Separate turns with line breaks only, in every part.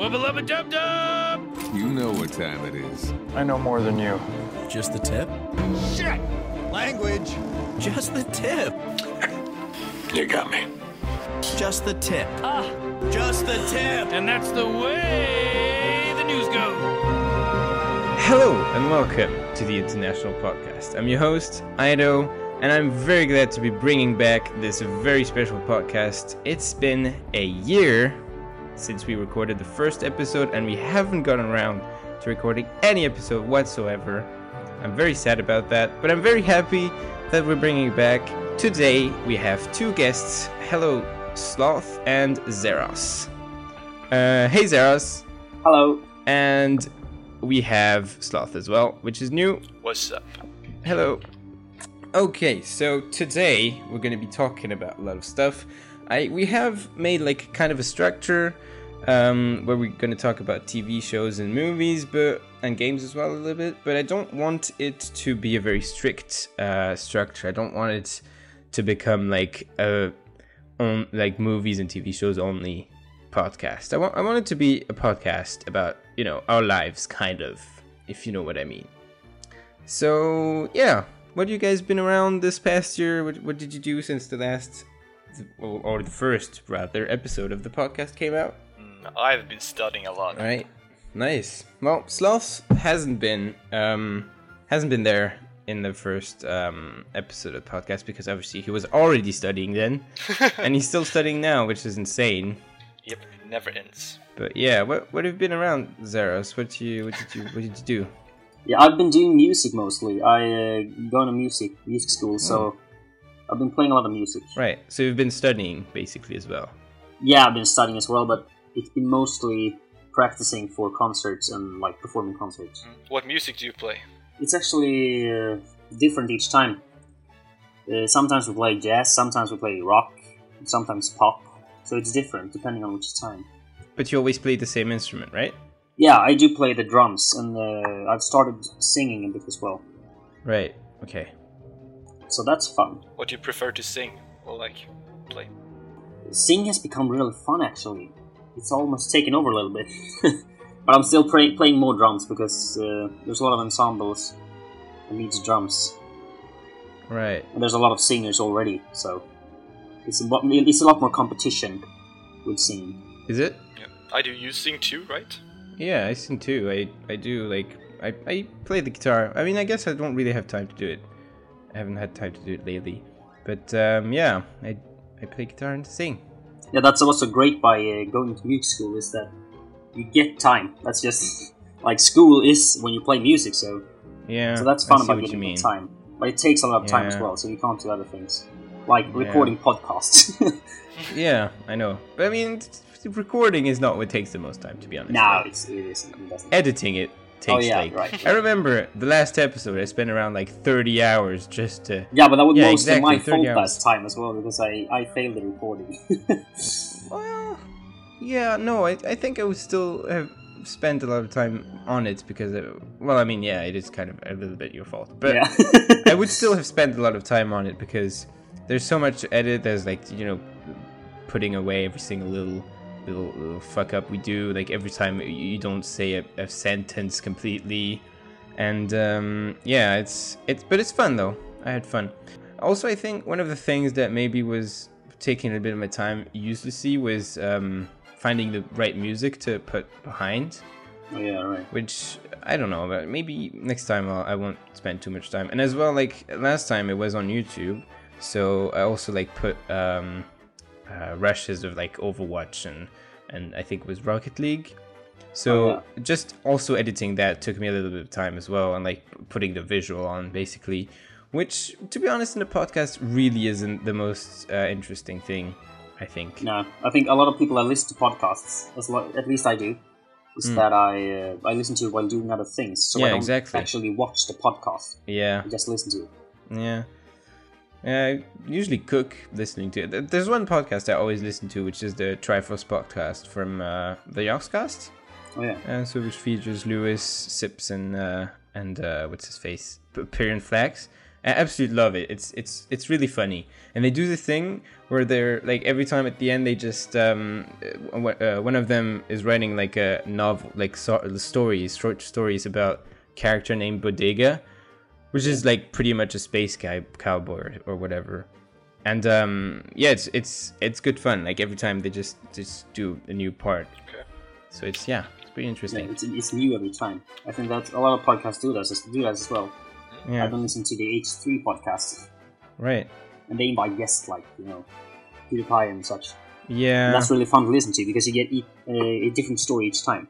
Wubba lubba dub dub!
You know what time it is.
I know more than you.
Just the tip?
Shit!
Language.
Just the tip.
You got me.
Just the tip. Just the tip.
And that's the way the news goes.
Hello and welcome to the International Podcast. I'm your host, Ido, and I'm very glad to be bringing back this very special podcast. It's been a year since we recorded the first episode, and we haven't gotten around to recording any episode whatsoever. I'm very sad about that, but I'm very happy that we're bringing it back. Today we have two guests. Hello, Sloth and Zeros. Uh, hey, Zeros.
Hello.
And we have Sloth as well, which is new.
What's up?
Hello. Okay, so today we're going to be talking about a lot of stuff. I we have made like kind of a structure um, where we're going to talk about TV shows and movies, but and games as well a little bit. But I don't want it to be a very strict uh, structure. I don't want it to become like a on like movies and TV shows only podcast. I want I want it to be a podcast about you know our lives, kind of, if you know what I mean. So yeah, what have you guys been around this past year? What, what did you do since the last, or, or the first rather, episode of the podcast came out?
Mm, I've been studying a lot.
Right, nice. Well, Sloth hasn't been um hasn't been there in the first um episode of the podcast because obviously he was already studying then, and he's still studying now, which is insane.
Yep, never ends.
But yeah, what what have you been around, Zeros? What you what did you what did you do?
Yeah, I've been doing music mostly. I uh, go to music music school, so I've been playing a lot of music.
Right. So you've been studying basically as well.
Yeah, I've been studying as well, but it's been mostly practicing for concerts and like performing concerts.
What music do you play?
It's actually uh, different each time. Uh, sometimes we play jazz, sometimes we play rock, sometimes pop. So it's different depending on which time.
But you always play the same instrument, right?
Yeah, I do play the drums, and uh, I've started singing a bit as well.
Right. Okay.
So that's fun.
What do you prefer to sing or like play?
Singing has become really fun, actually. It's almost taken over a little bit. but I'm still play- playing more drums because uh, there's a lot of ensembles that needs drums,
Right.
and there's a lot of singers already. So it's a, lot- it's a lot more competition with singing.
Is it?
Yeah. I do. You sing too, right?
Yeah, I sing too. I I do like I I play the guitar. I mean, I guess I don't really have time to do it. I haven't had time to do it lately. But um, yeah, I I play guitar and sing.
Yeah, that's also great by uh, going to music school is that you get time. That's just like school is when you play music. So
Yeah.
so that's
I
fun
see
about
what you
getting
mean.
time. But it takes a lot of time as
Yeah.
well, so you can't do other things like
Yeah.
recording podcasts.
Yeah, I know. But I mean, t- t- recording is not what takes the most time, to be honest.
no,
Like,
it's, it isn't. It doesn't.
editing it takes
Oh, yeah,
like
right.
I remember the last episode I spent around like 30 hours just to
Yeah, but that was
Yeah,
mostly
exactly,
my
30
fault
hours.
last time as well because I, I failed the recording.
well yeah no I, I think I would still have spent a lot of time on it because it, well I mean yeah it is kind of a little bit your fault but
yeah.
I would still have spent a lot of time on it because there's so much to edit. There's like you know, putting away every single little little, little fuck up we do. Like every time you- you don't say a, a sentence completely, and um, yeah, it's it's but it's fun though. I had fun. Also, I think one of the things that maybe was taking a bit of my time uselessly was um, finding the right music to put behind
Oh, yeah, right.
which I don't know, but maybe next time I'll, I won't spend too much time. And as well, like last time it was on YouTube, so I also like put um, uh, rushes of like Overwatch and and I think it was Rocket League. So
Oh,
just also editing that took me a little bit of time as well, and like putting the visual on basically, which to be honest, in a podcast really isn't the most uh, interesting thing, I think.
No, I think a lot of people that listen to podcasts, as lo- at least I do, is that I uh, I listen to it while doing other things, so
Hmm. Yeah,
I don't
exactly.
actually watch the podcast.
Yeah.
I just listen to it.
Yeah. Yeah, I usually cook listening to it. There- There's one podcast I always listen to, which is the Triforce podcast from uh, the Yogscast,
Oh yeah,
uh, so which features Lewis, Sips, and uh, and uh, what's his face, P- Pyrian Flax. I absolutely love it. It's it's it's really funny, and they do the thing where they're like every time at the end they just um, uh, one- uh, one of them is writing like a novel, like so- stories, short stories about a character named Bodega, which is like pretty much a space guy cowboy or whatever. And um, yeah, it's it's it's good fun. Like every time they just just do a new part.
Okay.
So it's yeah, it's pretty
Yeah,
interesting.
it's, it's new every time. I think that a lot of podcasts do that as, do that as well.
Yeah,
I've been listening to the H3 podcast,
right.
and they invite guests like, you know, PewDiePie and such.
Yeah,
And that's really fun to listen to because you get each, uh, a different story each time.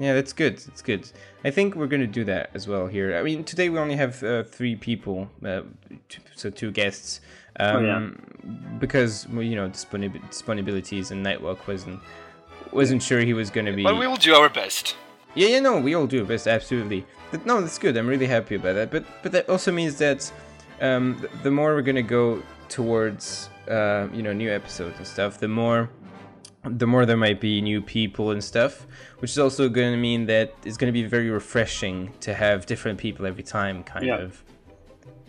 yeah, that's good. That's good. I think we're gonna do that as well here. I mean, today we only have uh, three people, uh, t- so two guests, um,
yeah.
because well, you know disponib- disponibilities and Nightwalk wasn't wasn't sure he was gonna be.
Mm.
But we will do our best.
Yeah, yeah, no, we all do our best, absolutely. But no, that's good. I'm really happy about that. But but that also means that um, th- the more we're gonna go towards uh, you know new episodes and stuff, the more the more there might be new people and stuff, which is also gonna mean that it's gonna be very refreshing to have different people every time, kind
Yeah.
of.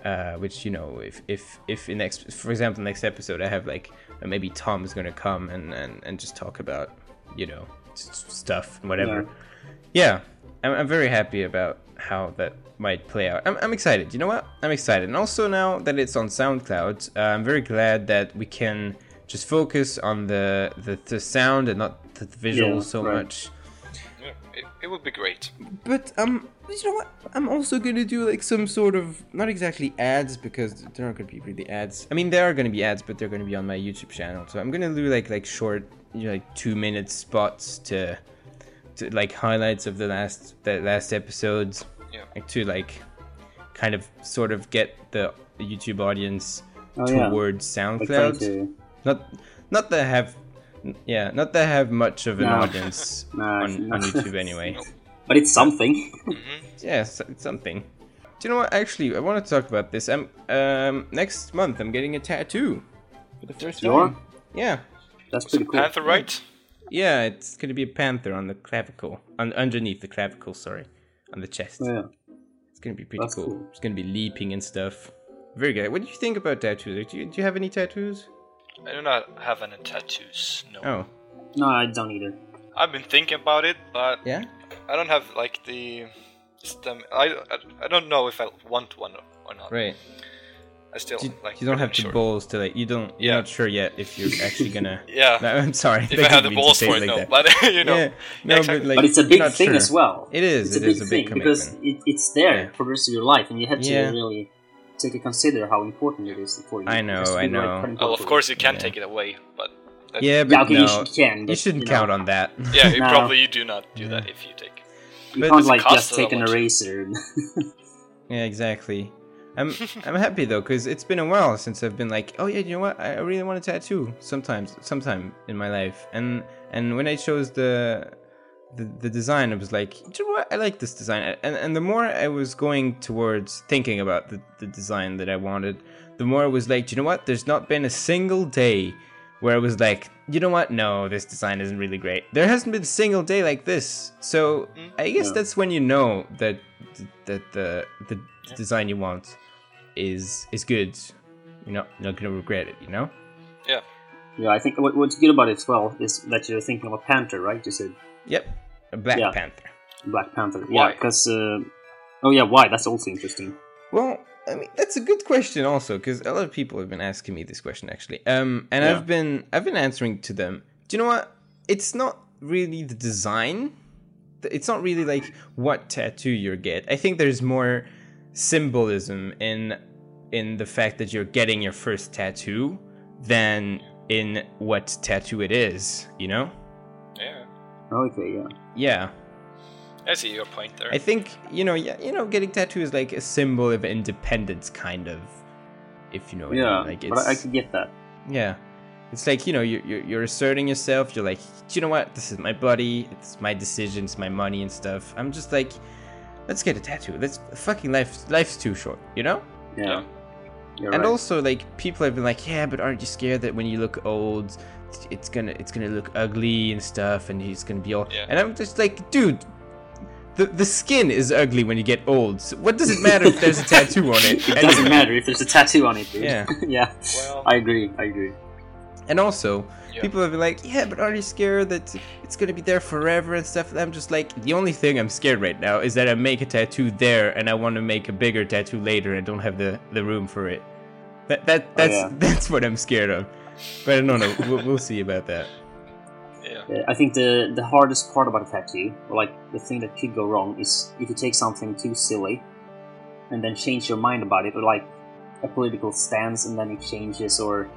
Uh, which you know, if if if in next, for example, next episode, I have like uh, maybe Tom is gonna come and and and just talk about you know s- s- stuff and whatever.
Yeah.
Yeah, I'm, I'm very happy about how that might play out. I'm, I'm excited. You know what? I'm excited. And also now that it's on SoundCloud, uh, I'm very glad that we can just focus on the the, the sound and not the visual
Yeah,
so
right.
much.
Yeah, It, it will be great.
But um, you know what? I'm also gonna do like some sort of not exactly ads because there aren't gonna be really ads. I mean, there are gonna be ads, but they're gonna be on my YouTube channel. So I'm gonna do like like short, you know, like two minute spots to, to like highlights of the last the last episodes,
Yeah.
like to like, kind of sort of get the YouTube audience
Oh, yeah.
towards
Like, uh,
SoundCloud.
trying to,
Not not that I have, yeah, not that I have much of an
No.
audience
No,
on,
no.
on YouTube anyway.
but it's something.
Yeah, so- it's something. Do you know what? Actually, I want to talk about this. I'm um next month. I'm getting a tattoo for the first
You are?
time. Yeah,
That's pretty cool.
Panther, right?
yeah. It's gonna be a panther on the clavicle, on underneath the clavicle. Sorry, on the chest.
Yeah.
It's gonna be pretty
That's
cool.
cool.
It's gonna be leaping and stuff. Very good. What do you think about tattoos? Like, Do you, do you have any tattoos?
I do not have any tattoos. No.
Oh,
No, I don't either.
I've been thinking about it, but
yeah.
I don't have like the stem. I, I, I don't know if I want one or, or not.
Right.
I still
You,
like.
you don't have
unsure.
the balls to like. You don't. You're
Yeah.
not sure yet if you're actually gonna.
Yeah.
No, I'm sorry.
If I have
didn't
the
mean to
balls
say
for
it
it,
like
no.
that.
But you know,
yeah. No,
exactly.
but like,
But it's a
you're
big
not
thing
sure.
as well.
It is,
It's a
it
big
is a big
thing because it, it's there
Yeah.
for the rest of your life, and you have to
Yeah.
really take a consider how important it is for you.
I
It
know,
has to be
I
the right
know.
kind
oh, of
person.
course you can
Yeah.
take it away, but that-
Yeah, but
Yeah, okay,
no,
you, should, can, but,
you shouldn't
know,
count on that.
yeah, you
No.
probably you do not do that if you take.
You
but
can't
it's
like
cost
just
a
take an
lot.
eraser. And
yeah, exactly. I'm I'm happy though, cause it's been a while since I've been like, oh yeah, you know what? I I really want a tattoo. Sometimes, sometime in my life, and and when I chose the the, the design, I was like, you know what? I like this design. And and the more I was going towards thinking about the, the design that I wanted, the more I was like, "Do you know what? There's not been a single day where I was like, you know what? No, this design isn't really great. There hasn't been a single day like this. So I guess
Yeah.
that's when you know that that the the design you want is is good. You're not not gonna regret it. You know?
Yeah,
yeah, I think what, what's good about it as well is that you're thinking of a panther, right? You said
Yep. A Black
Yeah.
Panther.
black panther. Yeah,
Why?
because uh, oh yeah, why? That's also interesting.
Well, I mean that's a good question also because a lot of people have been asking me this question actually, um, and
Yeah.
I've been I've been answering to them. Do you know what? It's not really the design. It's not really like what tattoo you get. I think there's more symbolism in in the fact that you're getting your first tattoo than in what tattoo it is. You know?
yeah.
Oh, Okay, yeah.
Yeah.
I see your point there.
I think you know, yeah, you know, getting tattooed is like a symbol of independence, kind of. If you know, what I
Yeah,
mean. like
but I, I
it's
could get that.
yeah, it's like you know, you're, you're you're asserting yourself. You're like, "Do you know what? This is my body. It's my decision. It's my money and stuff. I'm just like, let's get a tattoo. Let's fucking life. Life's too short, you know.
Yeah,
Yeah.
You're
And
right.
also, like people have been like, yeah, but aren't you scared that when you look old, it's gonna it's gonna look ugly and stuff, and he's gonna be all.
Yeah.
And I'm just like, dude, the, the skin is ugly when you get old. So what does it matter if there's a tattoo on it?
It doesn't matter if there's a tattoo on it, dude.
Yeah.
yeah.
Well-
I agree. I agree.
And also,
Yeah.
people have been like, yeah, but are you scared that it's gonna be there forever and stuff? And I'm just like, the only thing I'm scared right now is that I make a tattoo there and I want to make a bigger tattoo later and don't have the, the room for it. That that that's
Oh, yeah.
that's what I'm scared of. But I don't know. we'll, we'll see about that.
Yeah.
Uh, I think the the hardest part about a tattoo, or like the thing that could go wrong, is if you take something too silly, and then change your mind about it, or like a political stance, and then it changes, or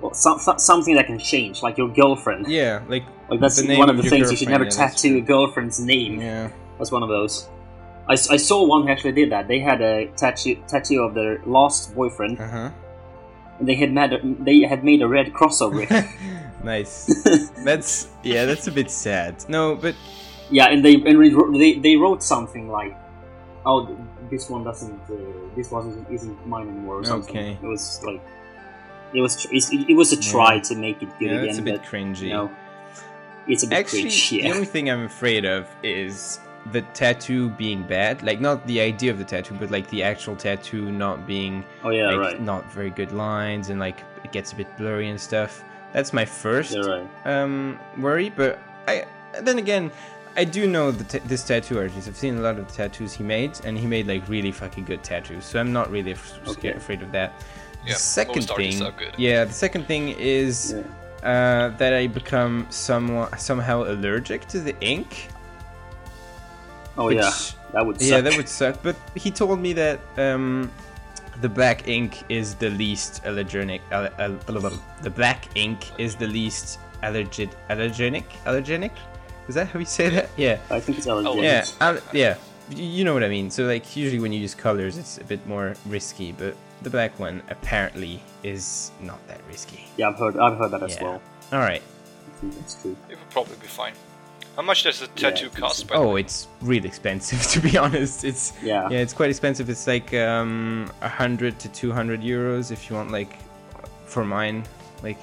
well, some, some- something that can change, like your girlfriend.
Yeah, like
Like that's
the name
one of
of
the
your
things you should never
girlfriend, yeah, that's
tattoo
true.
a girlfriend's name.
yeah.
That's one of those. I, s- I saw one who actually did that. They had a tattoo tattoo of their last boyfriend,
Uh huh.
and they had made a, they had made a red cross over it.
nice. That's yeah. That's a bit sad. No, but
Yeah, and they and we wrote- they, they wrote something like, "Oh, th- this one doesn't, uh, this one isn't, isn't mine anymore," or something.
Okay.
It was like, it was tr- it's, it was a try
Yeah.
to make it good
yeah,
again,
that's a bit
but
cringy.
you know, it's a bit
Actually,
cringe.
the
Yeah,
only thing I'm afraid of is the tattoo being bad. Like not the idea of the tattoo, but like the actual tattoo not being
oh yeah,
like
right,
not very good lines and like it gets a bit blurry and stuff. That's my first
yeah, right.
um, worry, but I then again, I do know the t- this tattoo artist. I've seen a lot of the tattoos he made, and he made like really fucking good tattoos. So I'm not really f- sca-
Okay.
afraid of that.
Yeah,
the second
most artists
thing,
are good.
yeah, the second thing is uh, that I become somewhat somehow allergic to the ink.
Oh
which-
yeah, that would suck.
Yeah, that would suck. But he told me that um, the black ink is the least allergenic. Al- al- al- the black ink is the least allergic. Allergenic? Allergenic? Is that how you say that? Yeah.
I think it's allergic.
Oh, Yeah. al- yeah. Y- You know what I mean. So, like, usually when you use colors, it's a bit more risky. But the black one apparently is not that risky.
Yeah, I've heard I've heard that as
Yeah.
well.
All right.
I think that's true.
It would probably be fine. How much does a
Yeah,
tattoo
it's-
cost? By the
Oh,
way?
it's really expensive to be honest. It's
Yeah.
yeah, it's quite expensive. It's like um a hundred to two hundred euros if you want like for mine, like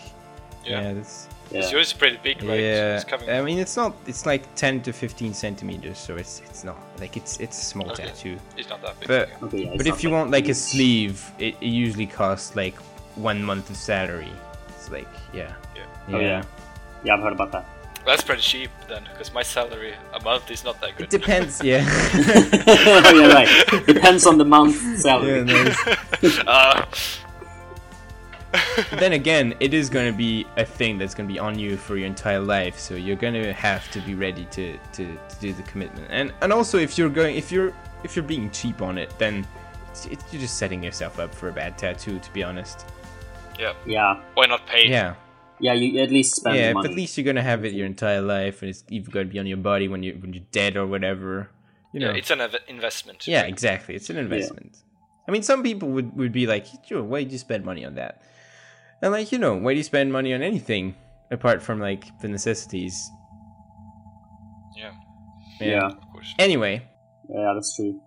yeah,
Yeah.
that's
Yeah.
Yours is pretty big, right?
yeah.
It's coming.
I mean, it's not. It's like ten to fifteen centimeters, so it's it's not like it's it's a small
Okay.
tattoo.
It's not that big.
But
yeah.
Okay, yeah, it's
but
not
if you want like a
huge.
sleeve, it, it usually costs like one month of salary. It's like yeah,
Yeah.
Oh, yeah. yeah, I've heard about that.
That's pretty cheap then, because my salary a month is not that good.
It depends. Yeah.
oh yeah, right. Depends on the month salary.
yeah no, it's-
uh,
then again, it is going to be a thing that's going to be on you for your entire life. So you're going to have to be ready to, to, to do the commitment. And and also if you're going if you're if you're being cheap on it, then it's, it's, you're just setting yourself up for a bad tattoo. To be honest,
yeah.
yeah.
Why not pay?
yeah,
Yeah, you at least spend
yeah.
the
But
money.
at least you're going to have it your entire life, and it's even going to be on your body when you when you're dead or whatever. You know.
Yeah, It's an ev- investment.
yeah, exactly. It's an investment. I mean, some people would, would be like, sure, why do you spend money on that? And like, you know, why do you spend money on anything apart from like the necessities?
Yeah,
yeah.
of course.
Anyway,
Yeah, that's true.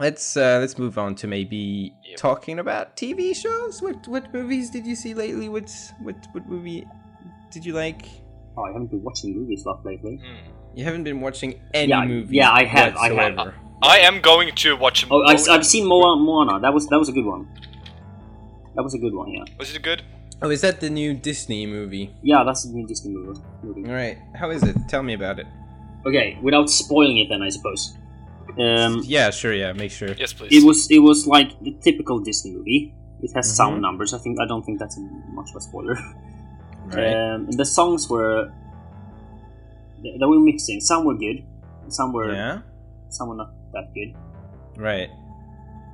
let's uh, let's move on to maybe
Yep.
talking about TV shows. What what movies did you see lately? What what what movie did you like?
Oh, I haven't been watching movies lot lately.
Hmm.
You haven't been watching any
Yeah,
movie.
yeah, I have, I have.
whatsoever.
I am going to watch a
Oh, I,
movie.
have seen Moana. Moana. That was that was a good one. That was a good one. Yeah.
Was it good?
Oh, is that the new Disney movie?
Yeah, that's a new Disney movie. movie.
All right, how is it? Tell me about it.
Okay, without spoiling it, then I suppose. Um,
Yeah, sure, yeah, make sure.
Yes, please.
it was it was like the typical Disney movie. It has
Mm-hmm.
sound numbers. I think I don't think that's much of a spoiler.
Right.
Um, the songs were they, they were mixing. Some were good, some were
yeah.
some were not that good.
Right.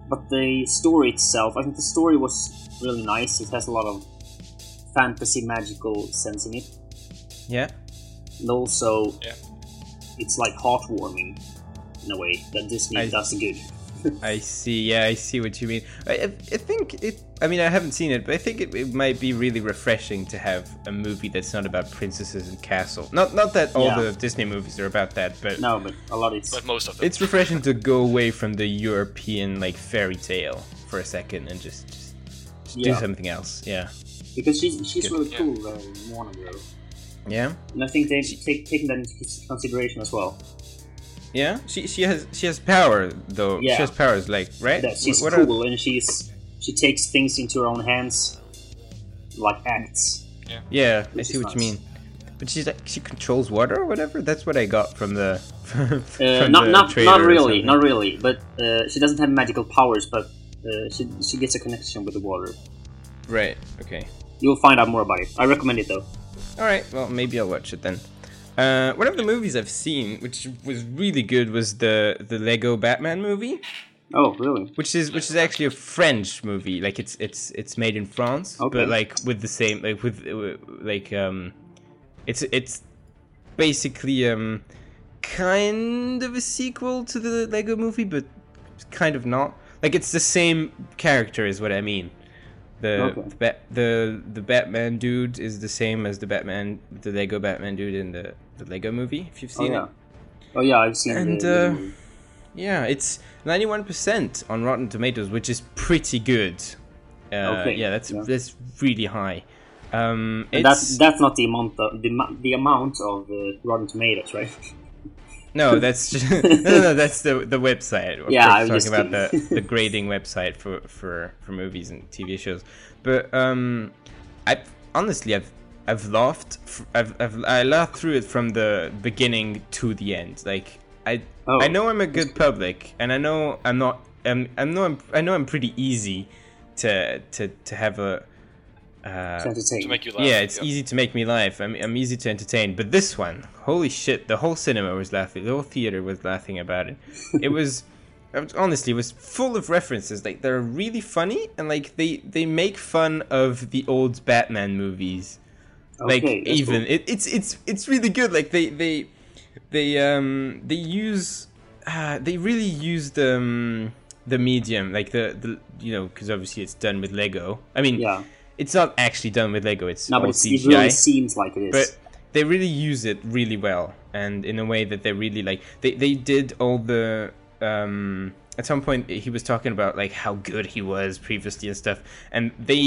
but the story itself, I think the story was really nice. It has a lot of fantasy, magical sense in it,
Yeah.
and also
Yeah.
it's like heartwarming in a way that Disney
I-
does good.
I see. Yeah, I see what you mean. I, I I think it. I mean, I haven't seen it, but I think it, it might be really refreshing to have a movie that's not about princesses and castle. Not not that all
Yeah.
the Disney movies are about that, but
No, but a lot it's
But most of them.
it's refreshing to go away from the European like fairy tale for a second and just just, just do
Yeah.
something else. Yeah.
because she's she's
Good.
really
Yeah.
cool, uh, Moana girl,
Yeah.
and I think they've take, taken that into consideration as well.
Yeah, she she has she has power though.
Yeah.
She has powers, like right?
That she's
What- what are-
cool and she's she takes things into her own hands, like acts.
yeah, I
Which
see
is
what you
nice.
mean. But she's like she controls water or whatever. That's what I got from the from,
Uh,
the
not not
trailer
not
or
really,
something.
not really. But uh, she doesn't have magical powers, but uh, she she gets a connection with the water.
right. Okay.
You'll find out more about it. I recommend it though.
All right. Well, maybe I'll watch it then. Uh, one of the movies I've seen, which was really good, was the the Lego Batman movie,
Oh, really?
which is which is actually a French movie. Like it's it's it's made in France,
Okay.
but like with the same like with uh, like um, it's it's basically um, kind of a sequel to the Lego movie, but kind of not. Like it's the same character, is what I mean. The
Okay.
the, Bat- the the Batman dude is the same as the Batman, the Lego Batman dude in the the Lego movie. If you've
Oh
seen
yeah.
it,
Oh yeah, I've seen
And,
the-
uh, yeah, it's ninety one percent on Rotten Tomatoes, which is pretty good. Uh,
Okay,
Yeah, that's
yeah.
that's really high. Um,
And
it's
that's that's not the amount of, the, mu- the amount of uh, Rotten Tomatoes, right?
Uh, no, that's just, no, no, no, that's the the website. Of
Yeah,
course,
I was
talking about
just
the,
kidding.
the grading website for, for for movies and TV shows. But um, I honestly I've I've laughed f- I've, I've I laughed through it from the beginning to the end. Like I
Oh,
I know I'm a good public, and I know I'm not. I'm I'm not. I know I'm pretty easy to to to have a.
It's
Uh,
entertaining.
to make you laugh.
yeah, it's easy to make me laugh. I'm, I'm easy to entertain. But this one, holy shit, the whole cinema was laughing. The whole theater was laughing about it. It was, I was- honestly, it was full of references. Like they're really funny, and like they they make fun of the old Batman movies. Like
Okay, that's
even
cool.
it, it's it's it's really good. Like they they they um they use uh, they really used um the medium like the the you know because obviously it's done with Lego. I mean
Yeah.
it's not actually done with Lego. It's
No,
all
but it's,
CGI.
it really seems like it is.
but they really use it really well, and in a way that they really like. They they did all the. Um, at some point, he was talking about like how good he was previously and stuff, and they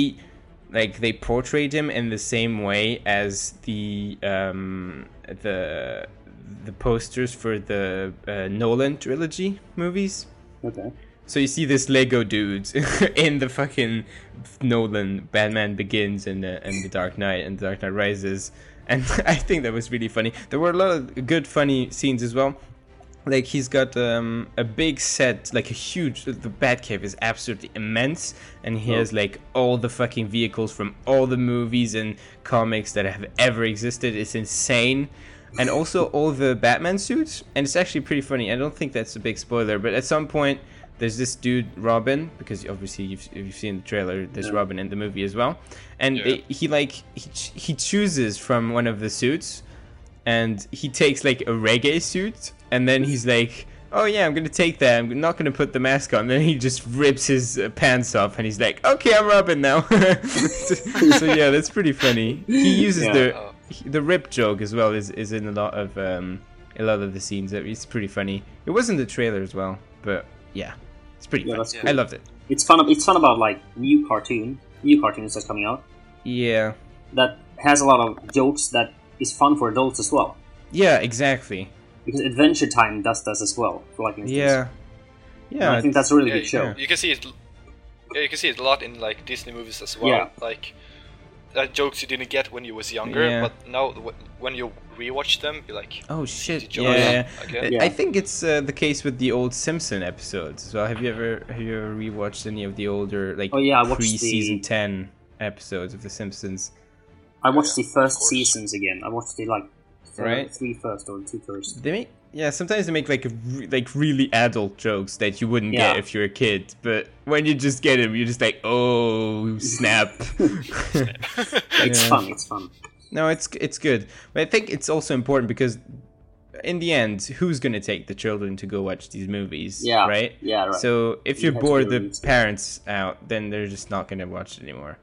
like they portrayed him in the same way as the um, the the posters for the uh, Nolan trilogy movies.
okay.
So you see this Lego dude in the fucking Nolan Batman Begins and uh, and The Dark Knight and The Dark Knight Rises, and I think that was really funny. There were a lot of good funny scenes as well. Like he's got um, a big set, like a huge. The Batcave is absolutely immense, and he has like all the fucking vehicles from all the movies and comics that have ever existed. It's insane and also all the Batman suits. And it's actually pretty funny. I don't think that's a big spoiler, but at some point, there's this dude Robin because obviously you've, if you've seen the trailer. There's Robin in the movie as well, and
Yeah.
it- he like he, ch- he chooses from one of the suits, and he takes like a reggae suit, and then he's like. Oh yeah, I'm gonna take that. I'm not gonna put the mask on. Then he just rips his uh, pants off, and he's like, "Okay, I'm Robin now." so yeah, that's pretty funny. He uses
Yeah.
the
Oh.
the rip joke as well is, is in a lot of um, a lot of the scenes. It's pretty funny. It was in the trailer as well, but yeah, it's pretty.
Yeah,
funny.
that's
I
cool.
loved it.
It's fun. It's fun about like new cartoon, new cartoons that's coming out
Yeah,
that has a lot of jokes that is fun for adults as well.
yeah, exactly.
Because Adventure Time does that as well. For like instance.
Yeah,
And
yeah.
I think that's a really
Yeah,
good show.
You can see it. Yeah, you can see it a lot in like Disney movies as well.
Yeah.
Like uh, jokes you didn't get when you was younger,
Yeah.
but now w- when you rewatch them, you're like,
Oh shit!
Did you-
Yeah, yeah.
Okay.
Yeah.
I think it's uh, the case with the old Simpson episodes as well. Have you ever have you ever rewatched any of the older like
Oh, yeah, I watched the-
pre-season ten episodes of the Simpsons?
I watched
Yeah,
the
of
first
course.
seasons again. I watched the like thir-
Right.
three first or two first.
They make yeah. Sometimes they make like re- like really adult jokes that you wouldn't
Yeah.
get if you're a kid. But when you just get them, you're just like, oh snap.
It's
Yeah.
fun. It's fun.
no, it's it's good. But I think it's also important because in the end, who's gonna take the children to go watch these movies?
Yeah.
Right.
Yeah. Right.
So if
You
you
have to
bore
do
the
it.
parents out, then they're just not gonna watch it anymore.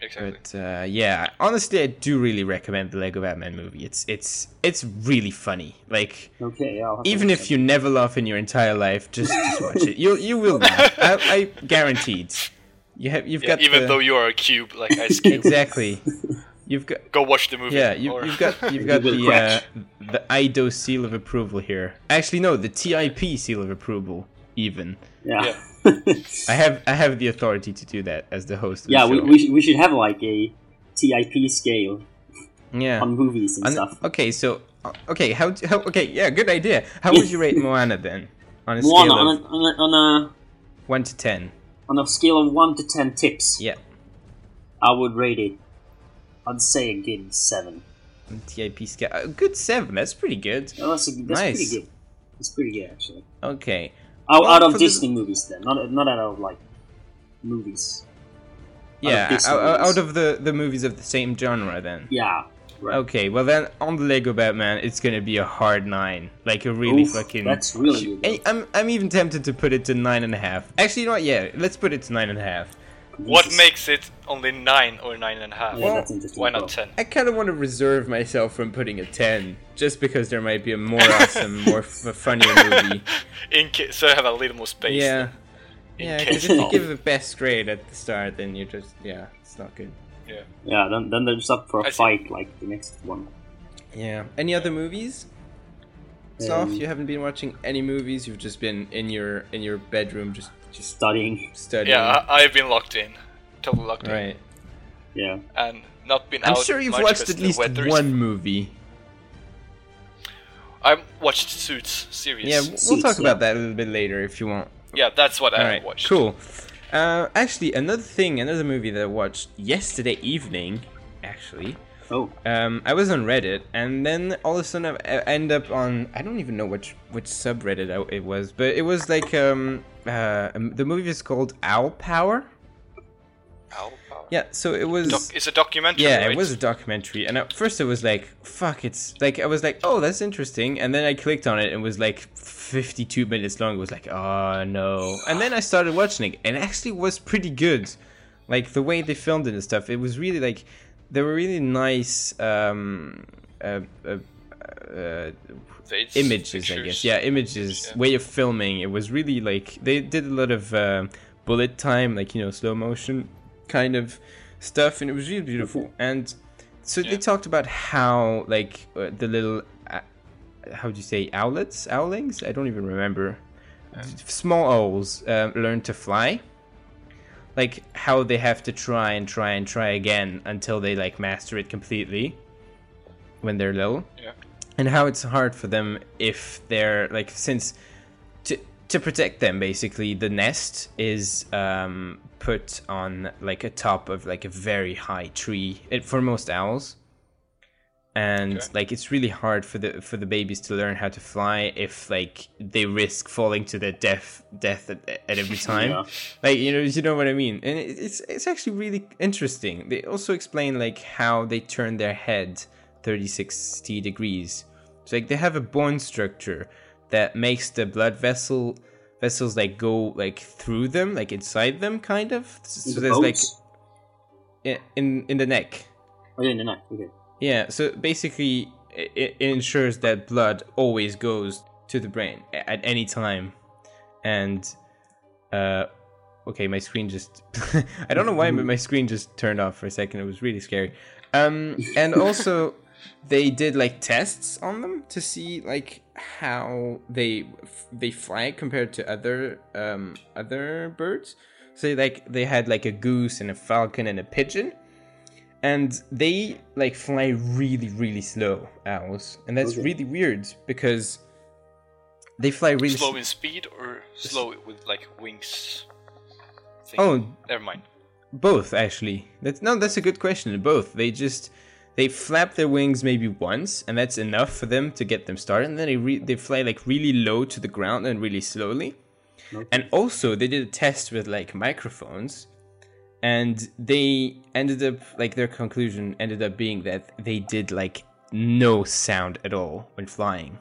exactly.
But uh, yeah, honestly, I do really recommend the Lego Batman movie. It's it's it's really funny. Like
okay. Yeah. I'll have to
even
watch
if
that.
you never laugh in your entire life, just, just watch it. You you will laugh. I, I guaranteed. You have you've
Yeah,
got
even
the-
though you are a cube, like Ice Cube.
exactly. You've got
Go watch the movie.
yeah, you,
or-
you've got you've
You
got
will
the uh,
crash.
the IDO seal of approval here. Actually, no, the TIP seal of approval. Even
Yeah,
I have I have the authority to do that as the host. Of
yeah.
the
We,
show.
we, should, we should have like a TIP scale
yeah.
on movies and
And-
stuff.
okay, so uh, okay, how, d- how okay, yeah, good idea. How would you rate Moana then on a
Moana
scale
on
of
a, on, a, on a
one to ten?
on a scale of one to ten tips,
Yeah,
I would rate it. I'd say a good seven.
on TIP scale, a good seven. That's pretty good.
Oh, that's a, that's
Nice.
pretty good. That's pretty good actually.
Okay,
Out,
Well,
out of
for the-
Disney movies, then not not out of like movies.
yeah,
Disney
out, out,
movies.
of the the movies of the same genre then.
Yeah. Right.
Okay, well then on the Lego Batman, it's gonna be a hard nine, like a really
Oof,
fucking. uh,
That's really good.
I- I'm I'm even tempted to put it to nine and a half. Actually, you know what? Yeah, let's put it to nine and a half.
What makes it only nine or nine and a half?
Yeah, that's interesting.
Why not
Well,
ten?
I kind of want to reserve myself from putting a 10, just because there might be a more awesome, more f- funnier movie.
In case, so I have a little more space.
yeah.
In
Yeah,
case
because if you
of-
give the best grade at the start, then you're just, yeah, it's not good.
Yeah.
Yeah, then then they're just up for a
I see.
fight like the next one.
Yeah. Any other movies? Snoff,
Um,
you haven't been watching any movies. You've just been in your in your bedroom, just just
Studying.
studying.
Yeah, I, I've been locked in, totally locked in,
right.
Yeah.
and not been
I'm
out.
sure you've
much
watched
'cause
at
the
least
weather is-
one movie.
I watched Suits series.
Yeah, we'll
Suits,
talk
yeah.
about that a little bit later if you want.
Yeah, that's what
All
I
right,
watched.
cool. Uh, actually, another thing, another movie that I watched yesterday evening, actually,
Oh,
um, I was on Reddit, and then all of a sudden I I end up on I don't even know which which subreddit I- it was, but it was like um, uh, um, the movie is called Owl Power.
Ow, ow.
Yeah, so it was.
Doc- it's a documentary.
yeah,
right?
it was a documentary, and at first it was like, "Fuck!" It's like I was like, "Oh, that's interesting," and then I clicked on it, and it was like fifty-two minutes long. It was like, "Oh no!" And then I started watching it, and it actually was pretty good. Like the way they filmed it and stuff, it was really like there were really nice um, uh, uh, uh,
It's
images, I
pictures.
guess. Yeah, images,
Yeah.
way of filming. It was really like they did a lot of um bullet time, like you know, slow motion kind of stuff, and it was really beautiful. And so they
Yeah.
talked about how like uh, the little uh, how do you say owlets, owlings? I don't even remember. Small owls uh, learn to fly. Like how they have to try and try and try again until they like master it completely when they're little
Yeah.
and how it's hard for them if they're like since to to protect them basically the nest is um put on like a top of like a very high tree it, for most owls and
Okay.
like it's really hard for the for the babies to learn how to fly if like they risk falling to their death death at, at every time
Yeah.
like you know you know what i mean and it- it's it's actually really interesting they also explain like how they turn their head 360 degrees so like they have a bone structure that makes the blood vessel vessels like go like through them like inside them kind of so
the
there's
bones?
like i- in in the neck
oh yeah, no, no, okay.
yeah, so basically, it, it ensures that blood always goes to the brain a- at any time. And, uh, okay, my screen just. I don't know why, but my screen just turned off for a second. It was really scary. Um, and also, they did like tests on them to see like how they they fly compared to other um other birds. So like they had like a goose and a falcon and a pigeon and they like fly really really slow owls and that's
Okay.
really weird because they fly really
Slow
s-
in speed or slow with like wings? Thing?
oh
never mind.
both actually that's no that's a good question both they just they flap their wings maybe once and that's enough for them to get them started and then they re- they fly like really low to the ground and really slowly and also they did a test with like microphones and they ended up like their conclusion ended up being that they did like no sound at all when flying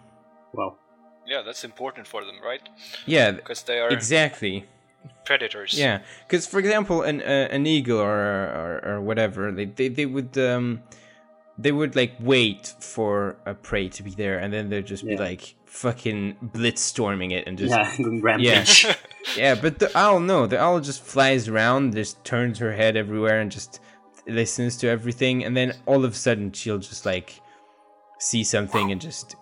Well,
Yeah, that's important for them, right?
yeah th-
Because they are
exactly
predators.
Yeah, because for example, an uh, an eagle or or, or whatever, they, they they would um they would like wait for a prey to be there, and then they'd just be
Yeah.
like fucking blitzstorming it and just
yeah, going rampage.
yeah. Yeah, but the owl no, the owl just flies around, just turns her head everywhere, and just listens to everything, and then all of a sudden she'll just like see something and just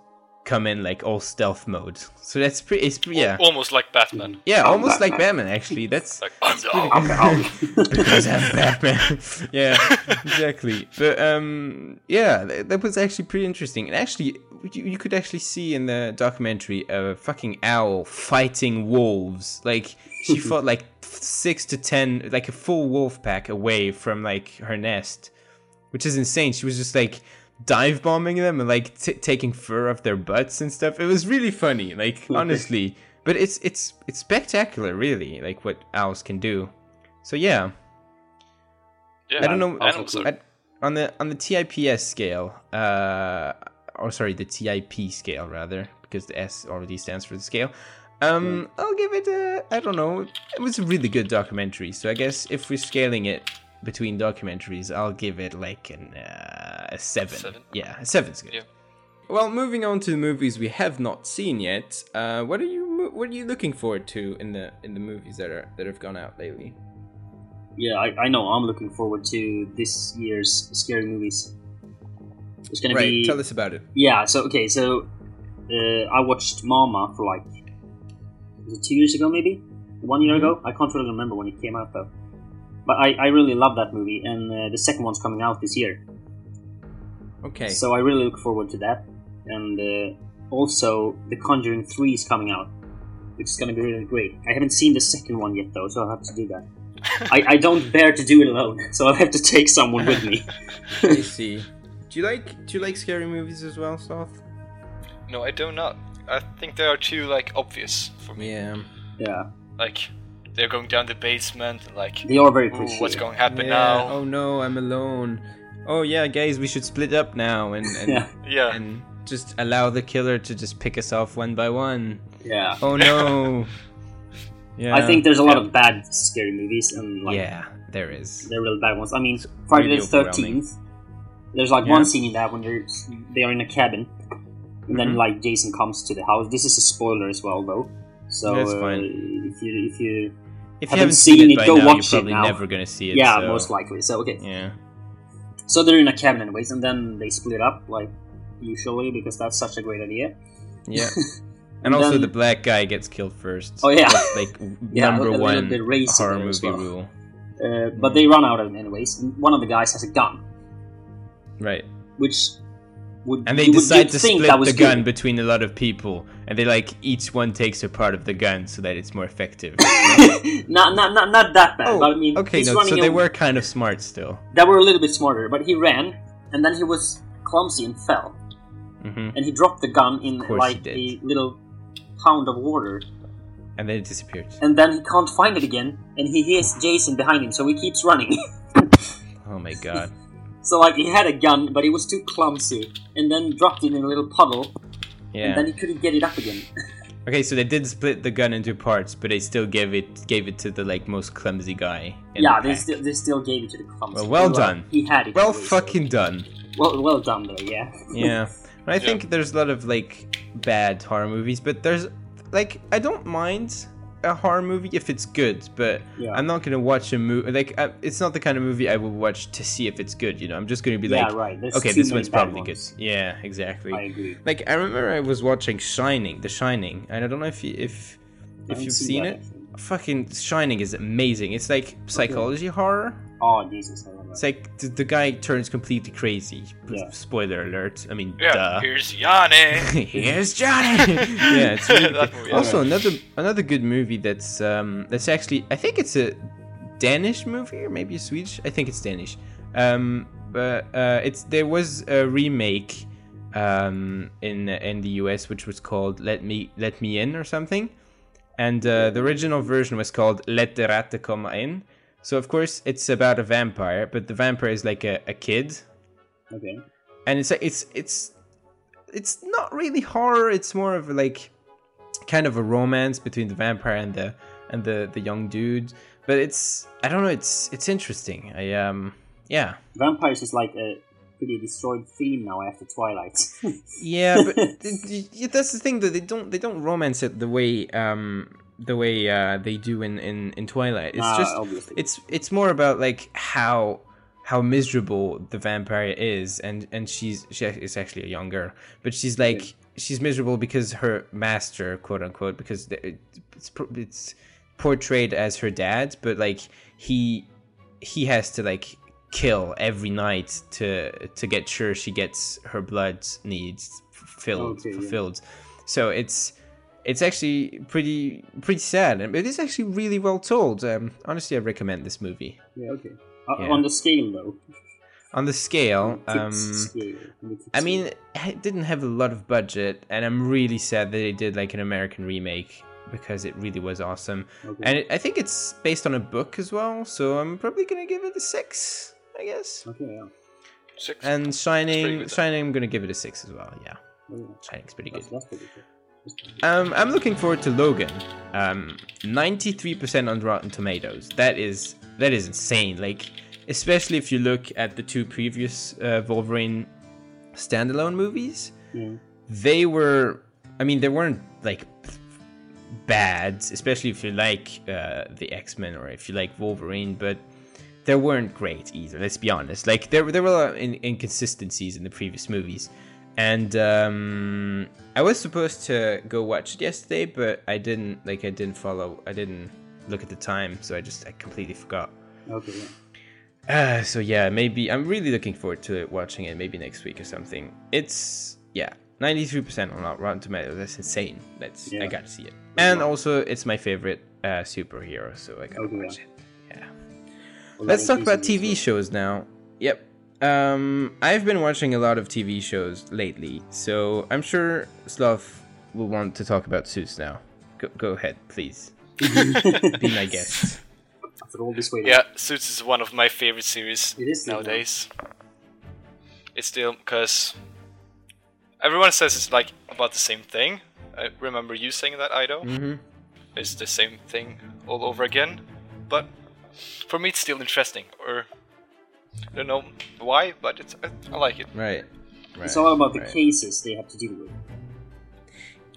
come in like all stealth mode. So that's pretty. It's pre- yeah, Mm-hmm.
Al- almost like Batman.
yeah, almost like Batman actually. That's
Like, I'm down.
because I'm Batman. yeah, exactly. But um, yeah, that, that was actually pretty interesting. And actually, you, you could actually see in the documentary a fucking owl fighting wolves. Like she fought like six to ten, like a full wolf pack away from like her nest, which is insane. She was just like dive bombing them and like t- taking fur off their butts and stuff. It was really funny, like honestly. But it's it's it's spectacular, really, like what owls can do. So yeah,
Yeah,
I don't know.
Animals are
I- on the on the TIPS scale, uh, or sorry, the TIP scale rather, because the S already stands for the scale. Um,
Hmm.
I'll give it a. I don't know. It was a really good documentary, so I guess if we're scaling it between documentaries, I'll give it like an uh, a seven.
Seven?
Yeah, a seven's good.
Yeah.
Well, moving on to the movies we have not seen yet. Uh, what are you mo- What are you looking forward to in the in the movies that are that have gone out lately?
Yeah, I, I know. I'm looking forward to this year's scary movies. It's gonna
Right,
be
tell us about it.
yeah. So okay, so uh, I watched Mama for like was it two years ago, maybe one year ago.
Mm-hmm.
I can't really remember when it came out though. But I, I really love that movie, and uh, the second one's coming out this year.
Okay.
So I really look forward to that. And uh, also, The Conjuring 3 is coming out, which is going to be really great. I haven't seen the second one yet, though, so I'll have to do that. I, I don't bear to do it alone, so I'll have to take someone with me.
I see. Do you like do you like scary movies as well, Sloth?
No, I do not. I think they are too like obvious for me.
Yeah.
Yeah,
Like they're going down the basement. and, Like
they are very
ooh,
pretty.
what's going to happen
yeah.
now?
Oh no, I'm alone. Oh yeah, guys, we should split up now and and,
Yeah,
yeah,
and just allow the killer to just pick us off one by one.
yeah.
Oh no. Yeah.
I think there's a lot of bad scary movies, and like,
Yeah, there is.
they're real bad ones. I mean, Friday the
really overwhelming.
13th, there's like
Yeah.
one scene in that when they're, they are in a cabin, and then
Mhm.
like Jason comes to the house. This is a spoiler as well, though. So
That's
uh,
fine.
if you if you
If you
haven't
haven't seen,
seen
it,
it,
by
go
now,
watch it
you're probably
now.
never gonna see it.
yeah,
so-
most likely. So okay,
uh, Yeah.
so they're in a cabin anyways, and then they split up like usually because that's such a great idea.
Yeah. And,
And
also,
then-
the black guy gets killed first.
Oh, yeah.
That's like
Yeah,
number
a little
one
bit racy
horror
there as
movie
well.
rule,
Uh, but
Mm-hmm.
they run out of it anyways. and One of the guys has a gun,
right?
which would
And they
you would-
decide
you'd
to
think
split
that was
the gun
good.
between a lot of people, and they like each one takes a part of the gun so that it's more effective.
Not, not, not, not that bad. but I mean,
Oh, okay,
he's
no,
running
so they
a-
were kind of smart still.
that were a little bit smarter, but he ran and then he was clumsy and fell.
hmm
And he dropped the gun in
Of course
like
he
a
did.
little pound of water.
And then it disappeared.
And then he can't find it again, and he hears Jason behind him, so he keeps running.
Oh my god.
so like he had a gun, but he was too clumsy, and then dropped it in a little puddle, and
Yeah.
then he couldn't get it up again.
Okay, so they did split the gun into parts, but they still gave it gave it to the like most clumsy guy. In
yeah,
the
they
pack.
still they still gave it to the clumsy.
Well, well
Like,
done.
He had it.
Well,
anyway, so-
fucking done.
Well, well done though. Yeah.
yeah and i think there's a lot of like bad horror movies but there's like i don't mind a horror movie if it's good but
Yeah.
i'm not gonna watch a movie like I, it's not the kind of movie i will watch to see if it's good you know i'm just gonna be
Yeah,
like
right, there's
okay
too
this
many
one's
bad
probably
ones.
good yeah exactly
I agree.
like i remember i was watching shining the shining and i don't know if you, if if
haven't
you've
seen
seen
that,
it fucking shining is amazing it's like psychology horror
Oh Jesus! I love that.
it's like the, the guy turns completely crazy
Yeah.
spoiler alert i mean
yeah.
duh
Here's Yanni.
Here's Johnny. yeah, it's really
That
good.
movie, yeah.
also another another good movie that's um that's actually I think it's a Danish movie or maybe a Swedish. I think it's Danish. Um, but uh, it's there was a remake um in in the US which was called Let Me Let Me In or something, and uh, the original version was called Let the Ratte Komme In. So of course it's about a vampire, but the vampire is like a, a kid
Okay.
and it's it's it's it's not really horror it's more of like kind of a romance between the vampire and the and the the young dude but it's i don't know it's it's interesting i um yeah
Vampires is like a pretty destroyed theme now after Twilight.
yeah but th- th- that's the thing that they don't they don't romance it the way um the way uh they do in in in twilight it's
Ah,
just
obviously.
it's it's more about like how how miserable the vampire is, and and she's she ac- is actually a young girl, but she's like she's miserable because her master, quote unquote, because the- it's pro- it's portrayed as her dad, but like he he has to like kill every night to to get sure she gets her blood needs filled
Okay, yeah.
fulfilled. So it's it's actually pretty pretty sad, and it is actually really well told. Um, honestly, I recommend this movie.
Yeah, okay. Uh,
Yeah.
On the scale, though.
On the scale,
Tips
um,
scale. on the tips
I mean,
scale.
it didn't have a lot of budget, and I'm really sad that they did like an American remake because it really was awesome.
Okay.
And it, I think it's based on a book as well, so I'm probably gonna give it a six, I guess.
Okay, yeah.
Six.
And
pretty
Shining,
good, though.
Shining, I'm gonna give it a six as well. Yeah,
Oh, yeah.
Shining's pretty good.
That's, that's pretty good. That's pretty good.
Um, I'm looking forward to Logan. Um, 93% on Rotten Tomatoes. That is that is insane. Like, especially if you look at the two previous uh, Wolverine standalone movies,
Yeah.
they were. I mean, they weren't like bad, especially if you like uh, the X Men or if you like Wolverine, but they weren't great either. Let's be honest. Like there, there were a lot of in- inconsistencies in the previous movies, and um, I was supposed to go watch it yesterday, but I didn't. Like I didn't follow. I didn't look at the time, so I just I completely forgot.
Okay, yeah.
Uh, so yeah, maybe I'm really looking forward to watching it. Maybe next week or something. It's yeah, 93% on Rot- Rotten Tomatoes. That's insane. That's I
Yeah.
gotta see it. And also, it's my favorite uh, superhero, so I gotta
Okay,
watch
yeah.
it. Yeah.
Well,
Let's
that
talk about
includes it as
TV shows now. Yep. Um, I've been watching a lot of TV shows lately, so I'm sure Slav will want to talk about Suits now. Go, go ahead, please. Be my guest.
well. After all this waiting.
Yeah, Suits is one of my favorite series
It is still one.
nowadays. It's still because everyone says it's like about the same thing. I remember you saying that, Ido.
Mm-hmm.
Mhm.
It's the same thing all over again, but for me it's still interesting. Or I don't know why, but it's I, I like it.
Right. right.
It's all about the
right.
cases they have to deal with.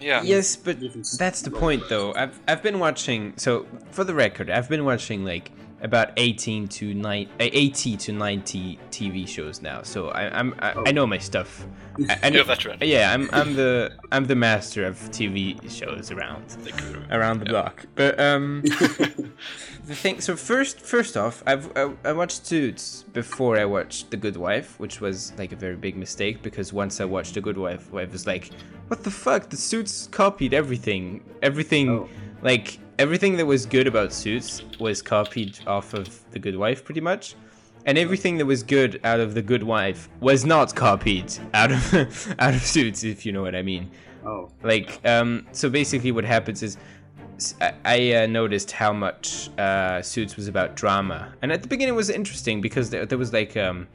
Yeah,
Yes, but
Different s-
that's the
like-
point, though. I've I've been watching. So for the record, I've been watching like about eighteen to nine, eh, eighty to ninety TV shows now. So I, I'm I, I know my stuff. I, I know,
You're a veteran.
Yeah, I'm I'm the I'm the master of TV shows around
the guru.
around the block. But um, the thing. So first, first off, I've I, I watched Suits before I watched The Good Wife, which was like a very big mistake because once I watched The Good Wife, I was like, what the fuck? The Suits copied everything. Everything,
Oh.
like everything that was good about Suits was copied off of The Good Wife, pretty much. And everything that was good out of The Good Wife was not copied out of out of Suits, if you know what I mean
Oh,
like um so basically what happens is s- i, I, uh, noticed how much uh suits was about drama and at the beginning it was interesting because there, there was like um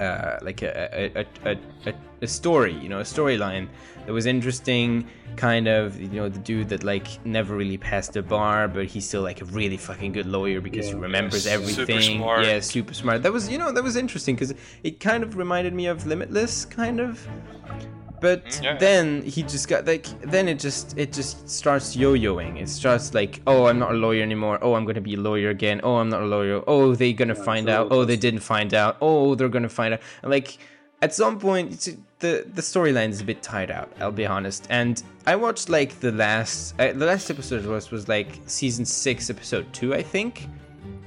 uh, like a a, a, a- a, a story, you know, a storyline that was interesting. Kind of, you know, the dude that like never really passed the bar, but he's still like a really fucking good lawyer because he
Yeah.
remembers
Yes. Super
everything.
smart.
Yeah, super smart. That was, you know, that was interesting because it kind of reminded me of Limitless, kind of. But
Mm, yeah.
then he just got like then it just it just starts yo-yoing. It starts like, oh, I'm not a lawyer anymore. Oh, I'm gonna be a lawyer again. Oh, I'm not a lawyer. Oh, they gonna
Yeah,
find
so
out. Oh,
it's-
they didn't find out. Oh, they're gonna find out. And, Like at some point, it's, the the storyline is a bit tired out. I'll be honest. And I watched like the last uh, the last episode was was like season six, episode two, I think,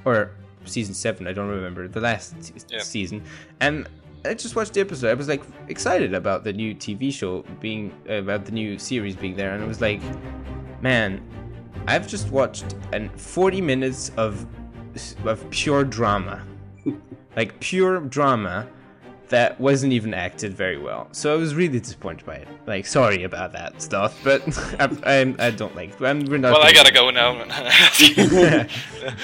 or season seven. I don't remember the last t-
Yeah.
season. And I just watched the episode. I was like excited about the new TV show being uh, about the new series being there, and I was like, man, I've just watched an 40 minutes of of pure drama, like pure drama that wasn't even acted very well. So I was really disappointed by it. Like, sorry about that stuff, but I, I'm, I don't like. I'm, we're not.
Well, I
gonna-
gotta go now.
All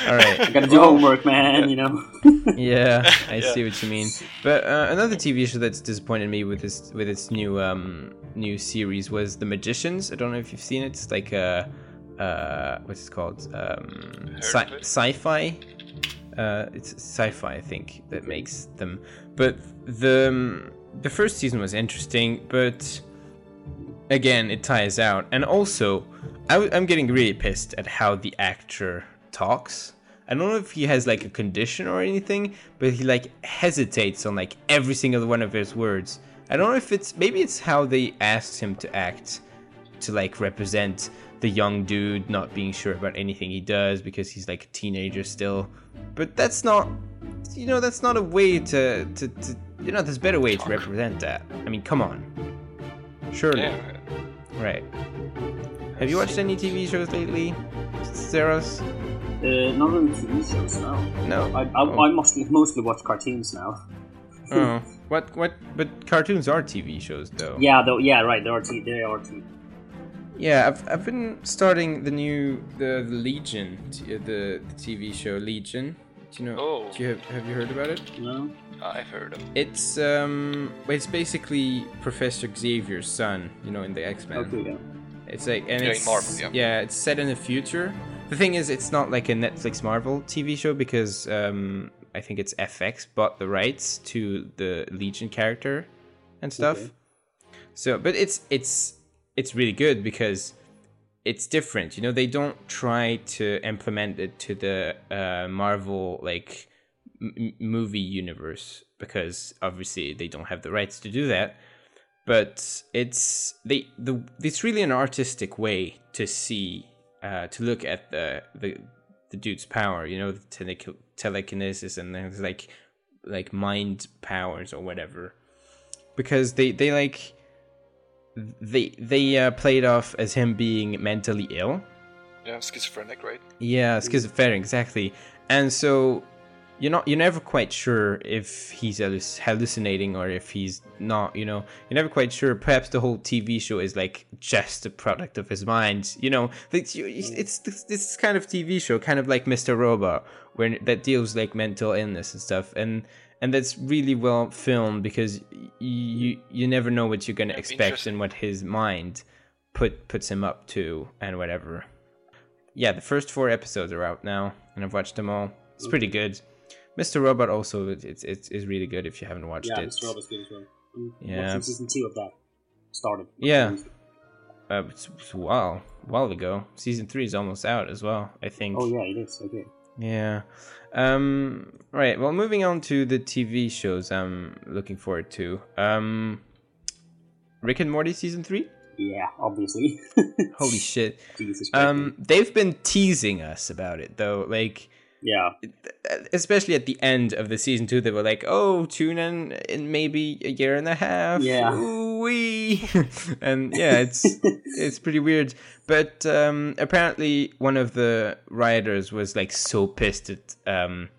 I
right.
gotta do homework, man. You know.
Yeah, I
Yeah.
see what you mean. But uh, another TV show that's disappointed me with this with its new um new series was The Magicians. I don't know if you've seen it. It's like a uh what's it called um sci-
Heard
sci-fi. Uh, it's sci-fi, I think, that makes them. But the um, the first season was interesting, but again it tires out and also I, am getting really pissed at how the actor talks I don't know if he has like a condition or anything, but he like hesitates on like every single one of his words. I don't know if it's maybe it's how they asked him to act to like represent the young dude not being sure about anything he does because he's like a teenager still. But that's not you know, that's not a way to to, to you know, there's better way to represent that. I mean, come on. Surely.
Yeah.
Right. Have you watched any TV shows lately, Saros?
Uh, not really TV shows now.
No.
I, I,
Oh.
I mostly mostly watch cartoons now.
Oh. What? What? But cartoons are TV shows, though.
Yeah, though. Yeah, right. There are t- there are t-
Yeah. I've, I've been starting the new the, the Legion, t- uh, the, the TV show Legion. Do you know?
Oh.
Do you have, have you heard about it?
No.
I've heard of.
It's um. well, It's basically Professor Xavier's son. You know, in the X Men.
Okay. Yeah.
It's like and
Yeah,
it's
Marvel, yeah.
it's set in the future. The thing is, it's not like a Netflix Marvel TV show because um, I think it's FX bought the rights to the Legion character and stuff.
Okay.
So, but it's it's it's really good because it's different. You know, they don't try to implement it to the uh, Marvel like m- m- movie universe because obviously they don't have the rights to do that but it's they the it's really an artistic way to see uh, to look at the the the dude's power, you know, the telek- telekinesis and things like like mind powers or whatever, because they they like they they uh, played off as him being mentally ill.
Yeah, schizophrenic, right?
Yeah, schizophrenic, exactly. And so you're not you're never quite sure if he's halluc- hallucinating or if he's not, you know. You're never quite sure. Perhaps the whole TV show is like just a product of his mind, you know. It's it's this, this kind of TV show, kind of like Mr. Robot, where that deals like mental illness and stuff and and that's really well filmed because you you never know what you're going to expect
interesting.
and what his mind put puts him up to and whatever yeah, the first four episodes are out now, and I've watched them all. It's pretty
Mm-hmm.
good. Mr. Robot also it- it's it's is really good if you haven't watched
Yeah.
it.
It's Robert's good as well. I'm
Yeah.
watching Mm, Season two of that started.
Yeah. Uh, it's, it's a while while ago. Season three is almost out as well. I think.
Oh yeah, it is. Okay.
Yeah. Um right, well moving on to the TV shows I'm looking forward to. Um Rick and Morty season 3?
Yeah. Obviously.
Holy shit.
Jesus Christ.
Um they've been teasing us about it though. Like
yeah.
especially at the end of the season two, they were like, "Oh, tune in in maybe a year and a half."
Yeah.
we and yeah, it's it's pretty weird. But um, apparently, one of the rioters was like so pissed at. Um,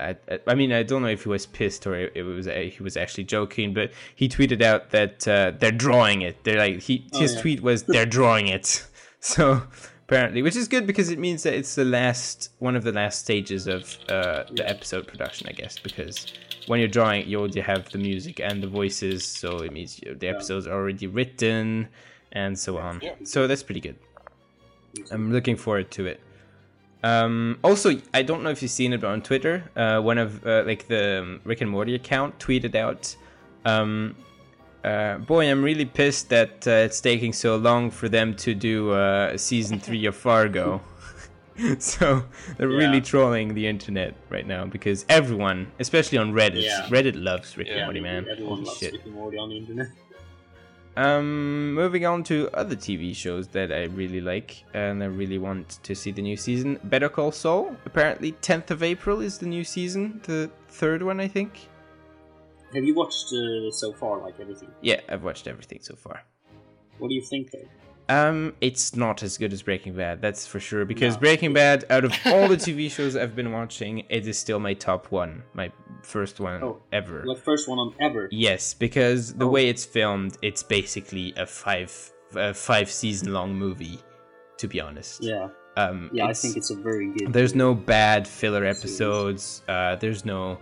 at, at- I mean, I don't know if he was pissed or it was uh, he was actually joking, but he tweeted out that uh, they're drawing it. They're like he his
yeah.
tweet was they're drawing it. So apparently, which is good because it means that it's the last one of the last stages of uh, the episode production, I guess. Because when you're drawing, you already have the music and the voices, so it means you- the episode's already written and so on. So that's pretty good. I'm looking forward to it. Um, also, I don't know if you've seen it, but on Twitter, uh, one of uh, like the um, Rick and Morty account tweeted out, um, uh, "Boy, I'm really pissed that uh, it's taking so long for them to do uh, season three of Fargo." so they're really trolling the internet right now because everyone, especially on Reddit,
Yeah.
Reddit loves Rick and
Yeah,
Morty, man.
Everyone
Holy
loves
shit.
Rick and Morty on the internet.
Um, moving on to other TV shows that I really like and I really want to see the new season. Better Call Saul. Apparently, 10th of April is the new season, the third one, I think.
Have you watched uh, so far, like everything?
Yeah, I've watched everything so far.
What do you think, though?
Um, it's not as good as Breaking Bad, that's for sure. Because Breaking Bad, out of all the TV shows I've been watching, it is still my top one, my first one
Oh,
ever.
Like first one on ever.
Yes, because the
Oh.
way it's filmed, it's basically a five a five season long movie. To be honest,
Yeah,
um,
yeah. I think it's a very good.
there's no bad filler episodes. Uh, there's no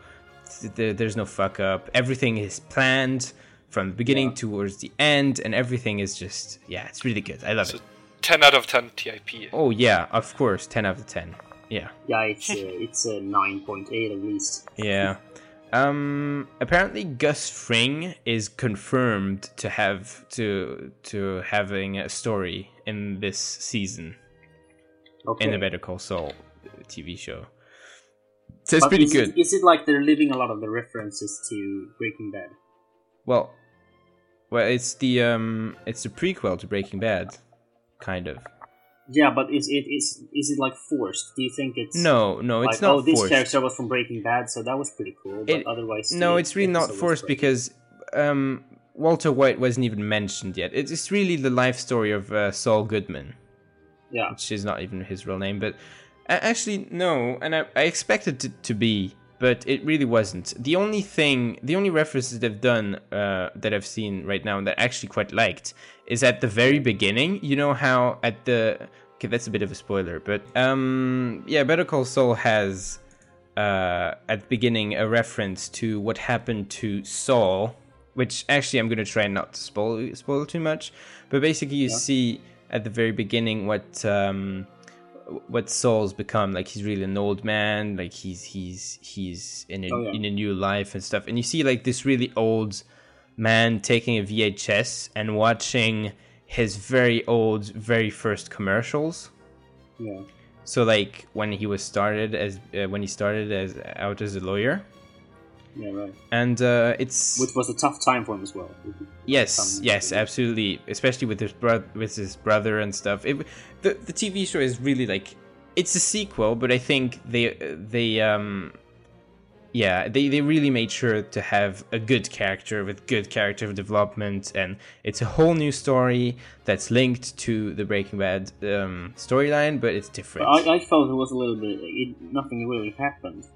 there, there's no fuck up. Everything is planned from the beginning towards the end, and everything is just yeah, it's really good. I love
So-
it.
10 out of 10 TIP.
Oh yeah, of course, ten out of ten. Yeah.
Yeah, it's uh, it's a nine point eight at least.
Yeah. Um. Apparently, Gus Fring is confirmed to have to to having a story in this season
Okay.
in the Better Call Saul TV show. Tastes
But
pretty
is
good.
It, is it like they're leaving a lot of the references to Breaking Bad?
Well, well, it's the um, it's the prequel to Breaking Bad, kind of.
Yeah, but is it is is it like forced? Do you think it's
No, no,
like,
it's not
oh this
forced.
character was from Breaking Bad, so that was pretty cool. But
It-
otherwise,
no,
the
it's really
episode
not
was
forced
great.
because um, Walter White wasn't even mentioned yet. It- It's really the life story of uh, Saul Goodman,
yeah,
which is not even his real name, but a- actually no, and I, I expected it to be, but it really wasn't. The only thing, the only references they've done uh, that I've seen right now and that I actually quite liked is at the very beginning. You know how at the okay, that's a bit of a spoiler, but um, yeah, Better Call Saul has uh, at the beginning a reference to what happened to Saul, which actually I'm going to try not to spoil spoil too much. But basically, you see at the very beginning what um, what Saul's become. Like he's really an old man. Like he's he's he's in a,
Oh, yeah.
in a new life and stuff. And you see like this really old man taking a VHS and watching his very old, very first commercials.
yeah,
So like when he was started as uh, when he started as out as a lawyer,
yeah, right.
and uh, it's
Which was a tough time for him as well.
yes,
some-
yes, absolutely, especially with his brother, with his brother and stuff. It, the the TV show is really like it's a sequel, but I think they they um yeah they they really made sure to have a good character with good character development, and it's a whole new story that's linked to the Breaking Bad um, storyline, but it's different.
I, I felt it was a little bit. It, nothing really happened.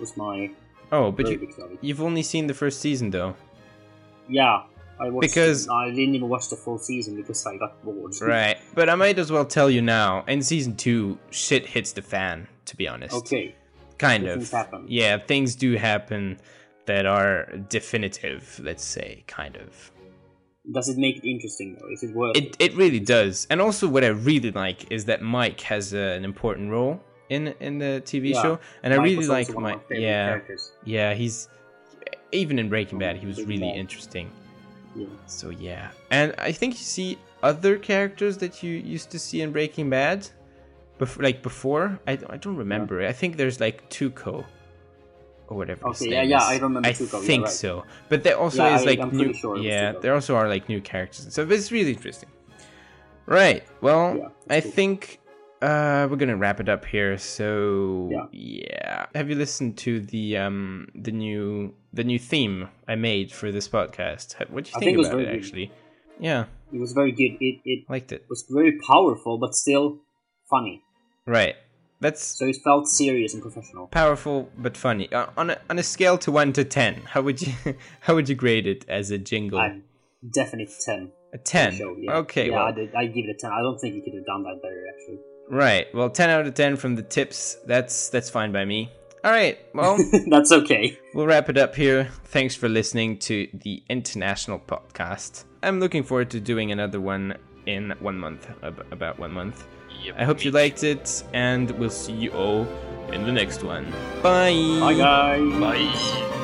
Was my
oh, but you,
verdict of it.
you've only seen the first season though.
Yeah, I watched,
Because-
I didn't even watch the full season because I got bored.
Right, but I might as well tell you now. In season two, shit hits the fan. To be honest,
Okay.
kind
things
of.
happen.
Yeah, things do happen that are definitive. Let's say, kind of.
Does it make it interesting though? Is it worth
It it really does. And also, what I really like is that Mike has uh, an important role in in the TV
Yeah,
show, and I
Mike
really
was
like
also one of
Mike.
my favorite
Yeah,
characters.
yeah, he's even in Breaking Bad, he was
Breaking
really
Bad.
interesting.
Yeah.
So yeah, and I think you see other characters that you used to see in Breaking Bad, bef- like before. I don't, I don't remember. I think there's like Tuco, or whatever. his
Okay, yeah,
name
yeah,
is.
I remember
I
Tuco, yeah,
think
right.
so, but there also
Yeah,
is
I-
like
I'm pretty
new.
sure it was
yeah,
Tuco.
there also are like new characters and stuff. It's really interesting. Right. Well,
Yeah,
I
cool.
think uh, we're gonna wrap it up here. So
Yeah.
yeah. have you listened to the um the new the new theme I made for this podcast? Ha- What do you
I
think,
think it was
about it?
very good.
Actually, yeah,
It was very good. It it
liked it.
was very powerful, but still funny.
Right. That's
So it felt serious and professional.
powerful but funny. Uh, on a on a scale to one to ten, how would you how would you grade it as a jingle?
And definite ten.
a ten.
Show, yeah.
Okay.
Yeah,
well,
I, did, I give it a ten. I don't think you could have done that better actually.
right. Well, ten out of ten from the tips. That's that's fine by me. All right. Well.
That's okay.
We'll wrap it up here. Thanks for listening to the International Podcast. I'm looking forward to doing another one in one month, ab- about one month. I hope you liked it, and we'll see you all in the next one. Bye.
Bye guys.
Bye.